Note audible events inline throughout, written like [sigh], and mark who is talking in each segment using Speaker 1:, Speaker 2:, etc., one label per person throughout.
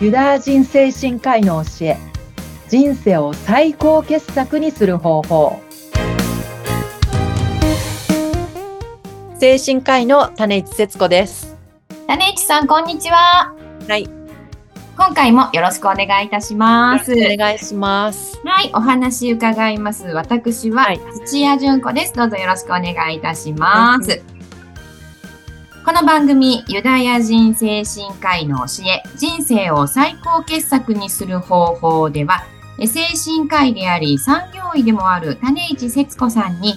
Speaker 1: ユダヤ人精神科医の教え人生を最高傑作にする方法精神科医の種市節子です
Speaker 2: 種市さん、こんにちは。
Speaker 1: はい。
Speaker 2: 今回もよろしくお願いいたします。
Speaker 1: お願いします
Speaker 2: はい、お話伺います。私は、
Speaker 1: はい
Speaker 2: 土屋純子です。どうぞよろしくお願いいたします。この番組、ユダヤ人精神科医の教え、人生を最高傑作にする方法では、え精神科医であり、産業医でもある種市節子さんに、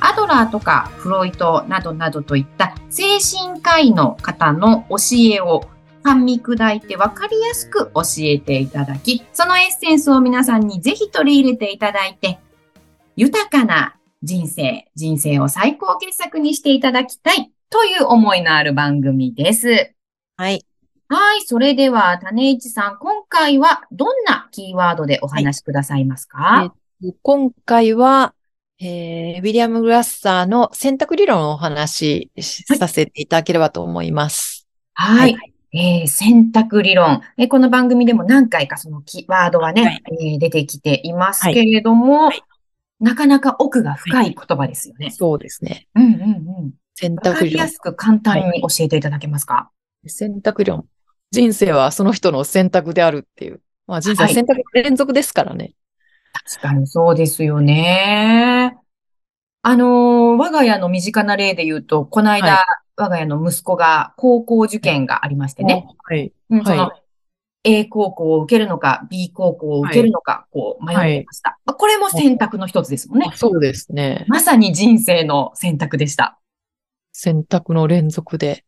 Speaker 2: アドラーとかフロイトなどなどといった精神科医の方の教えを噛み砕いて分かりやすく教えていただき、そのエッセンスを皆さんにぜひ取り入れていただいて、豊かな人生、人生を最高傑作にしていただきたいという思いのある番組です。
Speaker 1: はい
Speaker 2: はい、それでは、種市さん、今回はどんなキーワードでお話しくださいますか、
Speaker 1: い今回は、えーウィリアム・グラッサーの選択理論をお話し
Speaker 2: はい
Speaker 1: させていただければと思います。
Speaker 2: はい。えー選択理論。えーこの番組でも何回かそのキーワードはね、
Speaker 1: はい
Speaker 2: えー出てきていますけれども、
Speaker 1: はい
Speaker 2: なかなか奥が深い言葉ですよね。
Speaker 1: そうですね。
Speaker 2: うんうんうん。
Speaker 1: 選
Speaker 2: わか
Speaker 1: 択
Speaker 2: り
Speaker 1: 理
Speaker 2: や
Speaker 1: 論。
Speaker 2: すく簡単に教えていただけますか、
Speaker 1: 選択理論。人生はその人の選択であるっていう。まあ人生は
Speaker 2: はい
Speaker 1: 選択の連続ですからね。
Speaker 2: 確かにそうですよね。あのー我が家の身近な例で言うと、この間、
Speaker 1: は
Speaker 2: 我が家の息子が高校受験がありましてね。
Speaker 1: はい。
Speaker 2: うんその
Speaker 1: は
Speaker 2: A 高校を受けるのか、B 高校を受けるのか、こう迷っていました。まあこれも選択の一つですもんね
Speaker 1: あ。そうですね。
Speaker 2: まさに人生の選択でした。
Speaker 1: 選択の連続で、
Speaker 2: ね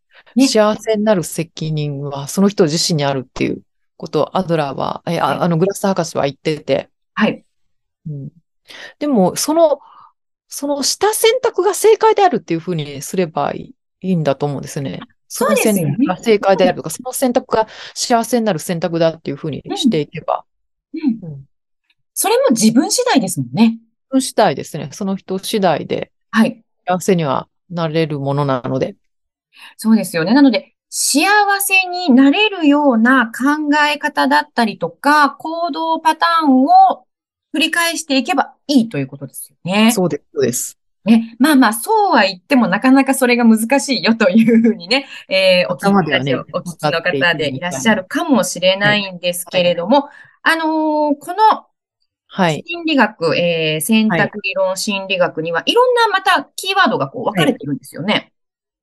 Speaker 1: 幸せになる責任はその人自身にあるっていうことをアドラーは、えああのグラス博士は言ってて、
Speaker 2: はい。
Speaker 1: うんでも、その、そのした選択が正解であるっていうふうにすればいいんだと思うんですよね。そ
Speaker 2: そう
Speaker 1: の
Speaker 2: ですよね
Speaker 1: 選択が正解であるとか、その選択が幸せになる選択だっていうふうにしていけば、
Speaker 2: うん
Speaker 1: うん
Speaker 2: それも自分次第ですもんね。
Speaker 1: その次第ですね。その人次第で
Speaker 2: はい。
Speaker 1: 幸せにはなれるものなので。
Speaker 2: そうですよね。なので、幸せになれるような考え方だったりとか、行動パターンを繰り返していけばいいということですよね。
Speaker 1: そうです。そうです。
Speaker 2: ね。まあまあ、そうは言ってもなかなかそれが難しいよというふうにね、えーお聞
Speaker 1: 頭
Speaker 2: き
Speaker 1: ではね
Speaker 2: の方お聞きの方でいらっしゃるかもしれないんですけれども、あのーこの
Speaker 1: はい。
Speaker 2: 心理学、えー選択理論心理学には、いろんなまたキーワードがこう分かれてるんですよね。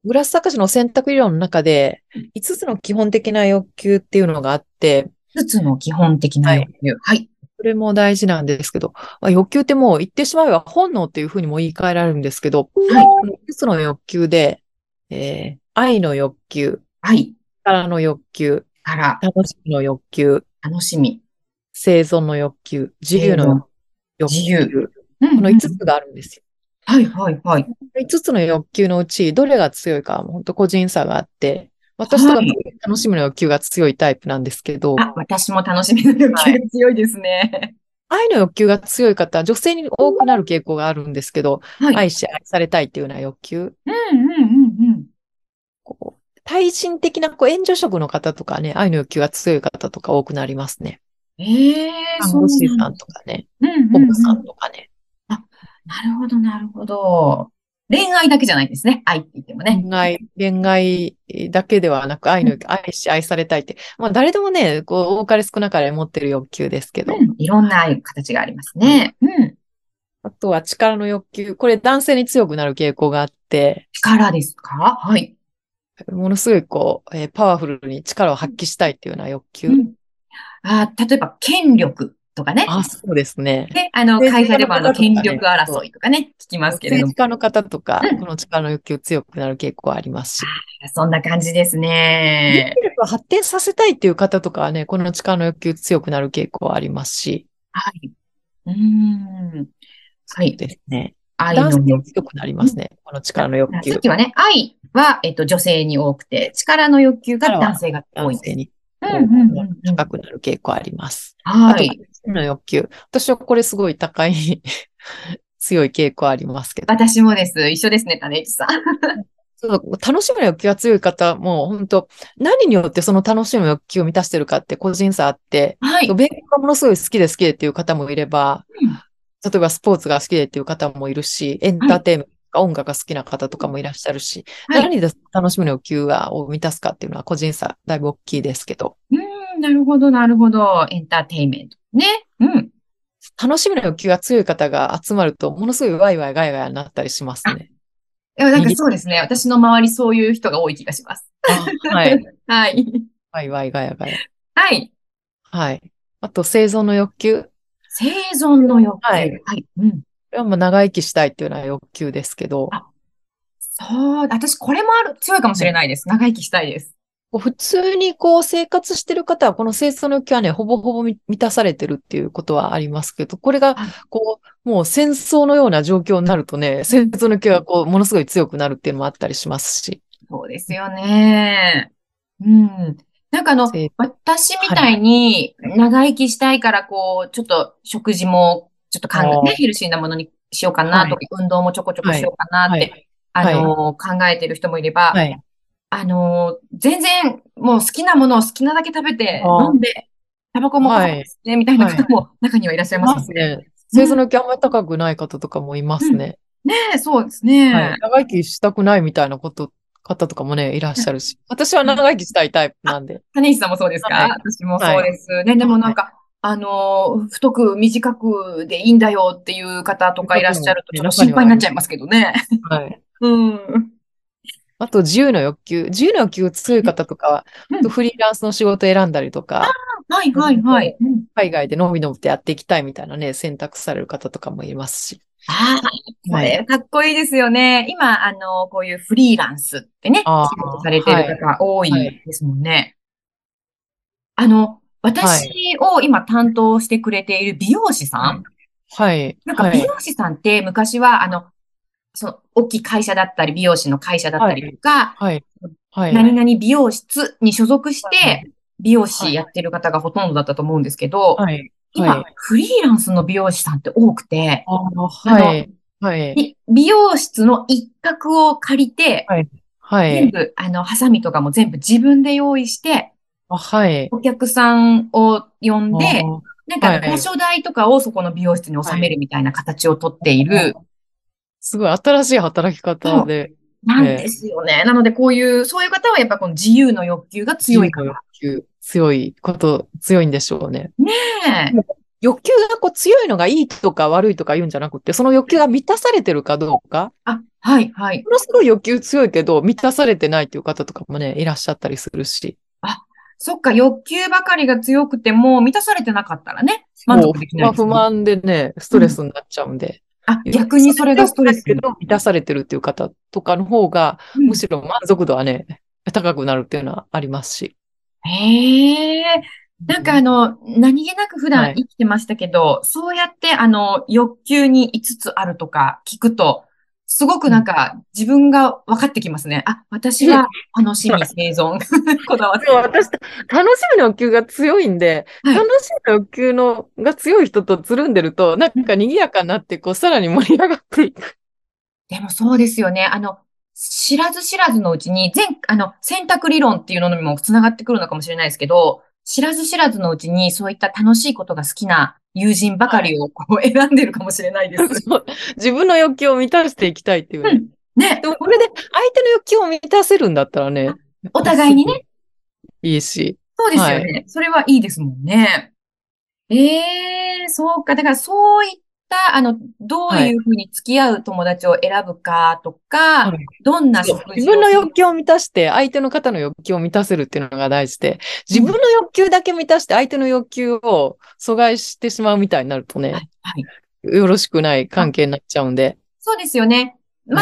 Speaker 1: グラス博士の選択理論の中で、5つの基本的な欲求っていうのがあって、
Speaker 2: 5つの基本的な欲求。はい。
Speaker 1: それも大事なんですけど、まあ、欲求ってもう言ってしまえば本能っていうふうにも言い換えられるんですけど、
Speaker 2: はい
Speaker 1: この5つの欲求で、えー愛の欲求、
Speaker 2: はい。
Speaker 1: 力の欲求、
Speaker 2: から、
Speaker 1: 楽しみの欲求、
Speaker 2: 楽しみ。
Speaker 1: 生存の欲求、自由の欲
Speaker 2: 自
Speaker 1: 求、
Speaker 2: 由うん
Speaker 1: この5つ
Speaker 2: うん
Speaker 1: があるんですよ。
Speaker 2: はい、はい、はい。
Speaker 1: 5つの欲求のうち、どれが強いかは本当個人差があって、私とか
Speaker 2: はい
Speaker 1: 楽しみの欲求が強いタイプなんですけど、
Speaker 2: あ、私も楽しみの欲求が強いですね。
Speaker 1: 愛の欲求が強い方、女性に多くなる傾向があるんですけど、
Speaker 2: はい。
Speaker 1: 愛し愛されたいっていうような欲求、
Speaker 2: うん、うん、うん、うん。
Speaker 1: こう、対人的なこう援助職の方とかね、愛の欲求が強い方とか多くなりますね。
Speaker 2: ええ
Speaker 1: 看
Speaker 2: そう
Speaker 1: 護師
Speaker 2: な
Speaker 1: さ
Speaker 2: ん
Speaker 1: んとかね、
Speaker 2: だうん、
Speaker 1: 保
Speaker 2: うん、う
Speaker 1: 護さん
Speaker 2: ん。
Speaker 1: とかね、
Speaker 2: なるほど、なるほど。恋愛だけじゃないんですね。愛って言ってもね。
Speaker 1: 恋愛、恋愛だけではなく愛の欲求、愛し愛されたいって、まあ誰でもね、こう、多かれ少なかれ持ってる欲求ですけど、
Speaker 2: うん。いろんな愛形がありますね。うん。
Speaker 1: あとは力の欲求、これ男性に強くなる傾向があって、
Speaker 2: 力ですかはい。
Speaker 1: ものすごいこう、えーパワフルに力を発揮したいっていうような欲求。
Speaker 2: うん。あー例えば、権力と [laughs] かね。
Speaker 1: あ、そうですね。
Speaker 2: ね、あの、
Speaker 1: 政
Speaker 2: 会
Speaker 1: 治家
Speaker 2: 社で
Speaker 1: の
Speaker 2: もあ
Speaker 1: 方
Speaker 2: の、権力
Speaker 1: とかね
Speaker 2: 争いとかね、聞きますけれど
Speaker 1: 政
Speaker 2: も
Speaker 1: 治。家の方とか
Speaker 2: うん、
Speaker 1: この力の欲求強くなる傾向ありますし。
Speaker 2: そんな感じです
Speaker 1: 技
Speaker 2: ね。
Speaker 1: 力を発展させたいっていう方とかはね、この力の欲求強くなる傾向はありますし、
Speaker 2: はい。うーん。はい。
Speaker 1: ですね。
Speaker 2: 愛の
Speaker 1: 男性
Speaker 2: 欲
Speaker 1: も強くなりますね、この力の欲
Speaker 2: 求。
Speaker 1: 求
Speaker 2: さっ。きはね、愛は、えっと、女性に多くて、力の欲求が
Speaker 1: 力は
Speaker 2: 男性が多い
Speaker 1: 男
Speaker 2: んで
Speaker 1: 性
Speaker 2: す。
Speaker 1: に
Speaker 2: う
Speaker 1: こ
Speaker 2: ん
Speaker 1: う
Speaker 2: うんうんうん。
Speaker 1: 高くなる傾向あります。あ
Speaker 2: は
Speaker 1: と、
Speaker 2: い。
Speaker 1: 男性の欲求。私はこれすごい [laughs] 高い、強い傾向ありますけど。
Speaker 2: 私もです。一緒ですね、種市さん。
Speaker 1: そう楽しむ欲求が強い方も、本当何によってその楽しむ欲求を満たしてるかって個人差あって、
Speaker 2: はい。
Speaker 1: 勉強がものすごい好きで好きでっていう方もいれば、
Speaker 2: うん
Speaker 1: 例えばスポーツが好きでっていう方もいるし、エンターテインメントとか音楽が好きな方とかもいらっしゃるし、
Speaker 2: はい
Speaker 1: 何で楽しむ欲求がを満たすかっていうのは個人差だいぶ大きいですけど、
Speaker 2: うん、なるほど、なるほど。エンターテインメント。ね。うん。
Speaker 1: 楽しむ欲求が強い方が集まると、ものすごいワイワイガイガイになったりしますね。
Speaker 2: いや、なんかそうですね。私の周りそういう人が多い気がします。
Speaker 1: はい。
Speaker 2: はい。
Speaker 1: ワイワイガヤガヤ。
Speaker 2: はい。
Speaker 1: はい。あと、生存の欲求。こ
Speaker 2: 生存の欲求。
Speaker 1: はい。
Speaker 2: うん。
Speaker 1: れはまあ長生きしたいっていうのは欲求ですけど、
Speaker 2: あそう、私これもある、強いかもしれないです。長生きしたいです。
Speaker 1: こう普通にこう生活してる方は、この生存の欲求はね、ほぼほぼ満満たされてるっていうことはありますけど、これが
Speaker 2: はい、
Speaker 1: こう、もう戦争のような状況になるとね、生存の欲求がこう、ものすごい強くなるっていうのもあったりしますし。
Speaker 2: そうですよね。うん。なんかあの、
Speaker 1: 生
Speaker 2: 私みたいに長生きしたいから、こう、ちょっと食事も、ちょっと考
Speaker 1: あ
Speaker 2: え、
Speaker 1: ー
Speaker 2: ね、ヘルシーなものにしようかなとか、運動もちょこちょこしようかなっ
Speaker 1: は
Speaker 2: て、
Speaker 1: い。
Speaker 2: あの、考えてる人もいれば、
Speaker 1: はい。
Speaker 2: あの、全然、もう好きなものを好きなだけ食べて、
Speaker 1: あー
Speaker 2: 飲んで、タバコも
Speaker 1: はい
Speaker 2: 吸って、みたいな方も中にはいらっしゃいます
Speaker 1: ますね。生存の欲求あんまり高くない方とかもいますね。
Speaker 2: ねえ、そうです
Speaker 1: は
Speaker 2: ね
Speaker 1: い。。長生きしたくないみたいなこと、方とかもね、いらっしゃるし。私は長生きしたいタイプなんで。
Speaker 2: 種石さんもそうです
Speaker 1: はい
Speaker 2: か私もそうです。ね、でもなんか、あの、太く短くでいいんだよっていう方とかいらっしゃると、ちょっと心配になっちゃいますけどね。
Speaker 1: はい。
Speaker 2: うん。
Speaker 1: あと、自由の欲求。自由の欲求強い方とかは、
Speaker 2: うん
Speaker 1: あとフリーランスの仕事選んだりとか、
Speaker 2: はいはいはい。うん
Speaker 1: 海外でのびのびとやっていきたいみたいなね、選択される方とかもいますし。
Speaker 2: ああ、これかっこいいですよね。今、あの、こういうフリーランスってね、
Speaker 1: あー
Speaker 2: 仕事されてる方多い
Speaker 1: はい
Speaker 2: ですもんね。あの、私を今担当してくれている美容師さん。
Speaker 1: はい。
Speaker 2: なんか
Speaker 1: は
Speaker 2: 美
Speaker 1: い。
Speaker 2: 容師さんって昔は、あの、その、大きい会社だったり、美容師の会社だったりとか、
Speaker 1: はい。はい。
Speaker 2: 何々美容室に所属し
Speaker 1: は
Speaker 2: て
Speaker 1: い、
Speaker 2: 美容師やってる方がほとんどだったと思うんですけど、
Speaker 1: はい。は
Speaker 2: 今
Speaker 1: い、
Speaker 2: フリーランスの美容師さんって多くて、
Speaker 1: あーはい。はい。
Speaker 2: び美容室の一角を借りて、
Speaker 1: は
Speaker 2: 全
Speaker 1: い。
Speaker 2: 部、あの、ハサミとかも全部自分で用意して、
Speaker 1: あはい。
Speaker 2: お客さんを呼んで、
Speaker 1: あー
Speaker 2: なんか
Speaker 1: はい
Speaker 2: 場所代とかをそこの美容室に収めるみたいな形をとっている、
Speaker 1: すごい新しい働き方で、
Speaker 2: なんですよね。なので、こういう、そういう方はやっぱこの自由の欲求が強い
Speaker 1: 自
Speaker 2: か
Speaker 1: 由の
Speaker 2: ら
Speaker 1: 欲求、強いこと、強いんでしょうね。
Speaker 2: ね。
Speaker 1: 欲求がこう強いのがいいとか悪いとか言うんじゃなくて、その欲求が満たされてるかどうか、
Speaker 2: あ、はい、はい。
Speaker 1: ものすごい欲求強いけど、満たされてないっていう方とかもね、いらっしゃったりするし。
Speaker 2: そっか、欲求ばかりが強くても満たされてなかったらね、満足できない
Speaker 1: こ
Speaker 2: で
Speaker 1: う
Speaker 2: す
Speaker 1: 不
Speaker 2: もん
Speaker 1: 満でね、ストレスになっちゃうんで。
Speaker 2: あ、逆にそれがストレス
Speaker 1: けど、満たされてるっていう方とかの方が、
Speaker 2: うん
Speaker 1: むしろ満足度はね、高くなるっていうのはありますし。
Speaker 2: へえ。なんかあの、何気なく普
Speaker 1: は
Speaker 2: 段
Speaker 1: い
Speaker 2: 生きてましたけど、そうやってあの、欲求に5つあるとか聞くと、すごくなんか自分が分かってきますね。あ、私
Speaker 1: [laughs]
Speaker 2: は楽しみ、生存、こだわって
Speaker 1: でも私、楽しみの欲求が強いんで、
Speaker 2: はい
Speaker 1: 楽しみの欲求のが強い人とつるんでると、なんか賑やかになって、こう、さらに盛り上がっていく。
Speaker 2: でもそうですよね。あの、知らず知らずのうちに、全、あの、選択理論っていうのにもつながってくるのかもしれないですけど、知らず知らずのうちに、そういった楽しいことが好きな友人ばかりをこう選んでるかもしれない
Speaker 1: [laughs]
Speaker 2: です。
Speaker 1: そう自分の欲求を満たしていきたいっていうね。
Speaker 2: うんね
Speaker 1: で。も、これで相手の欲求を満たせるんだったらね。
Speaker 2: お互いにね。
Speaker 1: いいし。
Speaker 2: そうですよね。それはいいですもんね。ええそうか。だからそういった、あの、どういうふうに付き合う友達を選ぶかとか、
Speaker 1: はい
Speaker 2: どんな
Speaker 1: そう
Speaker 2: 食事
Speaker 1: 自
Speaker 2: を
Speaker 1: 分の
Speaker 2: する
Speaker 1: 欲求を満たして、相手の方の欲求を満たせるっていうのが大事で、自分の欲求だけ満たして、相手の欲求を阻害してしまうみたいになると
Speaker 2: は
Speaker 1: ね、
Speaker 2: いはい。
Speaker 1: よろしくない関係になっちゃうんで。
Speaker 2: そうですよね。
Speaker 1: はい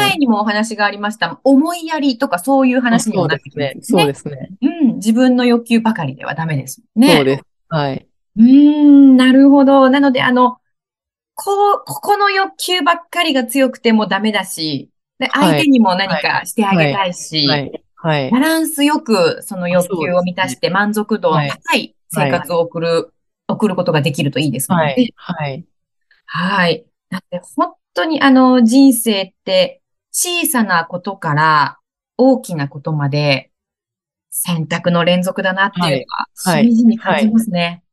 Speaker 2: 前にもお話がありました。思いやりとかそういう話に
Speaker 1: そ
Speaker 2: も
Speaker 1: うで
Speaker 2: なって
Speaker 1: す
Speaker 2: きま
Speaker 1: ね
Speaker 2: す。
Speaker 1: そう
Speaker 2: ね。
Speaker 1: ですね。
Speaker 2: うん。自分の欲求ばかりではダメですもんね。
Speaker 1: そうです。はい。
Speaker 2: うーん、なるほど。なので、あの、こう、ここの欲求ばっかりが強くてもダメだし、で、
Speaker 1: はい
Speaker 2: 相手にも何かしてあげたいし、
Speaker 1: はい。はい
Speaker 2: バ。ランスよくその欲求を満たして満足度の
Speaker 1: はい
Speaker 2: 高い生活を送る、送ることができるといいですもん
Speaker 1: は
Speaker 2: ね
Speaker 1: い。。はい。
Speaker 2: はい。だって本当にあの人生って小さなことから大きなことまで選択の連続だなっていうのは、
Speaker 1: はいはい
Speaker 2: しみじみ感じますね。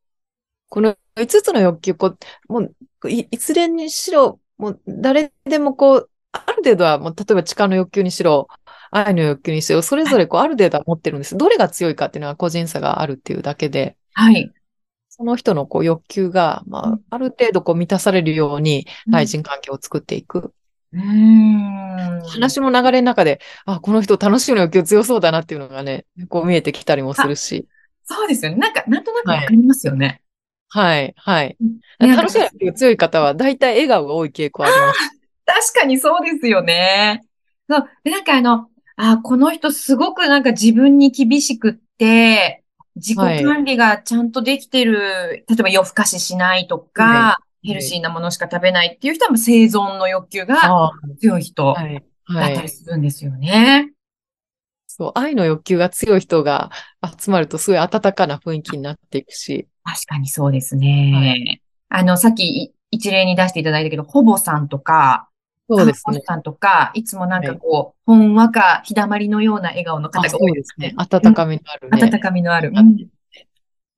Speaker 1: この5つの欲求、こう、もう、いいつれにしろ、もう、誰でもこう、ある程度は、もう、例えば力の欲求にしろ、愛の欲求にしろ、それぞれこう、ある程度は持ってるんです。どれが強いかっていうのは個人差があるっていうだけで、
Speaker 2: はい。
Speaker 1: その人のこう欲求が、
Speaker 2: う
Speaker 1: ま
Speaker 2: ん
Speaker 1: あ、ある程度こう満たされるように、対人関係を作っていく。
Speaker 2: うーん。
Speaker 1: 話の流れの中で、あ、この人楽しみの欲求強そうだなっていうのがね、こう見えてきたりもするし。
Speaker 2: そうですよね。なんか、なんとなくわかりますよね。
Speaker 1: はい、はい。
Speaker 2: ね
Speaker 1: 楽しみの欲求強い方は、だいたい笑顔が多い傾向あります。
Speaker 2: 確かにそうですよね。そう。で、なんかあの、あ、この人すごくなんか自分に厳しくって、自己管理がちゃんとできてる、例えば夜更かししないとか、ヘルシーなものしか食べないっていう人はもう生存の欲求が
Speaker 1: あ
Speaker 2: 強い人だっ
Speaker 1: はい、は
Speaker 2: た
Speaker 1: い
Speaker 2: り。するんですよね。
Speaker 1: そう、愛の欲求が強い人が集まると、すごい温かな雰囲気になっていくし。
Speaker 2: 確かにそうですね。
Speaker 1: は
Speaker 2: あの、さっきい一例に出していただいたけど、ほぼさんとか、
Speaker 1: そうです
Speaker 2: 看護
Speaker 1: ね
Speaker 2: 師。さんとか、いつもなんかこう、ほんわか、日だまりのような笑顔の方
Speaker 1: あ
Speaker 2: が
Speaker 1: そ
Speaker 2: 多
Speaker 1: う
Speaker 2: い
Speaker 1: ですね。温かみのあるね。
Speaker 2: 温かみのある。
Speaker 1: うん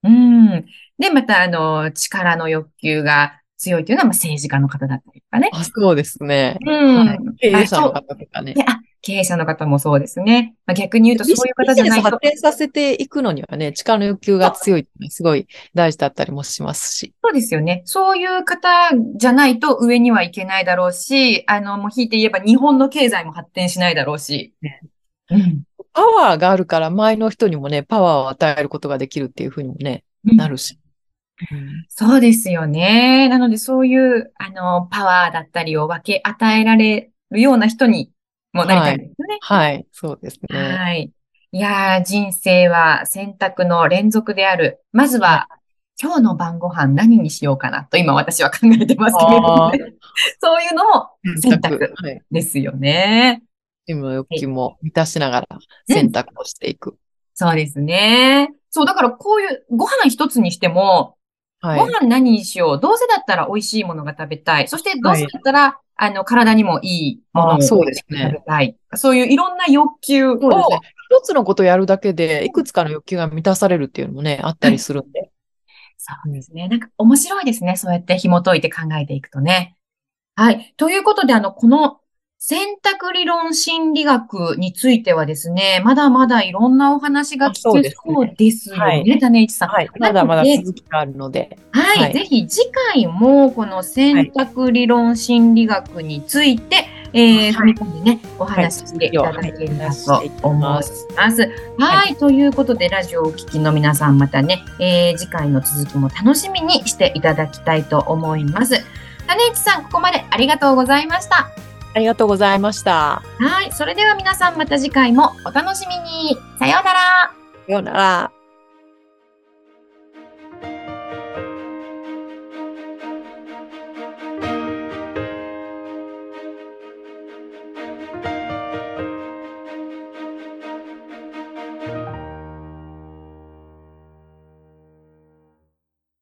Speaker 2: うん。で、また、あの、力の欲求が強いというのは、まあ、政治家の方だったりとかね。
Speaker 1: あ、そうですね。
Speaker 2: うん。
Speaker 1: はい経営者の
Speaker 2: あ
Speaker 1: 方とかね
Speaker 2: そう。であ経営者の方もそうですね。まあ、逆に言うと、そういう方じゃ
Speaker 1: ビジネ
Speaker 2: な
Speaker 1: ス
Speaker 2: い
Speaker 1: を
Speaker 2: と
Speaker 1: 発。展させていくのにはね、力の欲求が強いっていうのはすごい大事だったりもしますし。
Speaker 2: そうですよね。そういう方じゃないと上にはいけないだろうし、あの、もう引いて言えば日本の経済も発展しないだろうし。うん。
Speaker 1: パワーがあるから前の人にもね、パワーを与えることができるっていうふうにもね、
Speaker 2: うん
Speaker 1: なるし。
Speaker 2: そうですよね。なので、そういう、あの、パワーだったりを分け与えられるような人にもなりたいですよね。
Speaker 1: はい、そうですね。
Speaker 2: はい。いやー、人生は選択の連続である。まずは、今日の晩ご飯何にしようかなと今私は考えてますけれどもね、 [laughs] そういうのも選択
Speaker 1: はい。
Speaker 2: ですよね。
Speaker 1: チームの欲求も満たしながら選択をしていく。
Speaker 2: そうですね。そう、だからこういうご飯一つにしても、
Speaker 1: はい
Speaker 2: ご。飯何にしよう。どうせだったら美味しいものが食べたい。そしてどうせだったら、あの、体にもいいものを
Speaker 1: あそうですね
Speaker 2: 食べたい。そういういろんな欲求
Speaker 1: そう
Speaker 2: を、
Speaker 1: ですね。一つのことをやるだけで、いくつかの欲求が満たされるっていうのもね、あったりするんで。
Speaker 2: そうですね。なんか面白いですね。そうやって紐解いて考えていくとね。はい。ということで、あの、この選択理論心理学についてはですね、まだまだいろんなお話が聞け
Speaker 1: あそうですね
Speaker 2: そうですよ
Speaker 1: は
Speaker 2: ね、種市さん。
Speaker 1: はい。まだまだ続きがあるので。
Speaker 2: はい、
Speaker 1: はい
Speaker 2: ぜひ次回もこの選択理論心理学について、え
Speaker 1: はい
Speaker 2: ー踏み込んでね、お話ししていただければと思います。はい、ということでラジオをお聞きの皆さんまたね、えー次回の続きも楽しみにしていただきたいと思います。種市さん、ここまでありがとうございました。
Speaker 1: ありがとうございました。
Speaker 2: はい、それでは皆さんまた次回もお楽しみに。さようなら。
Speaker 1: さようなら。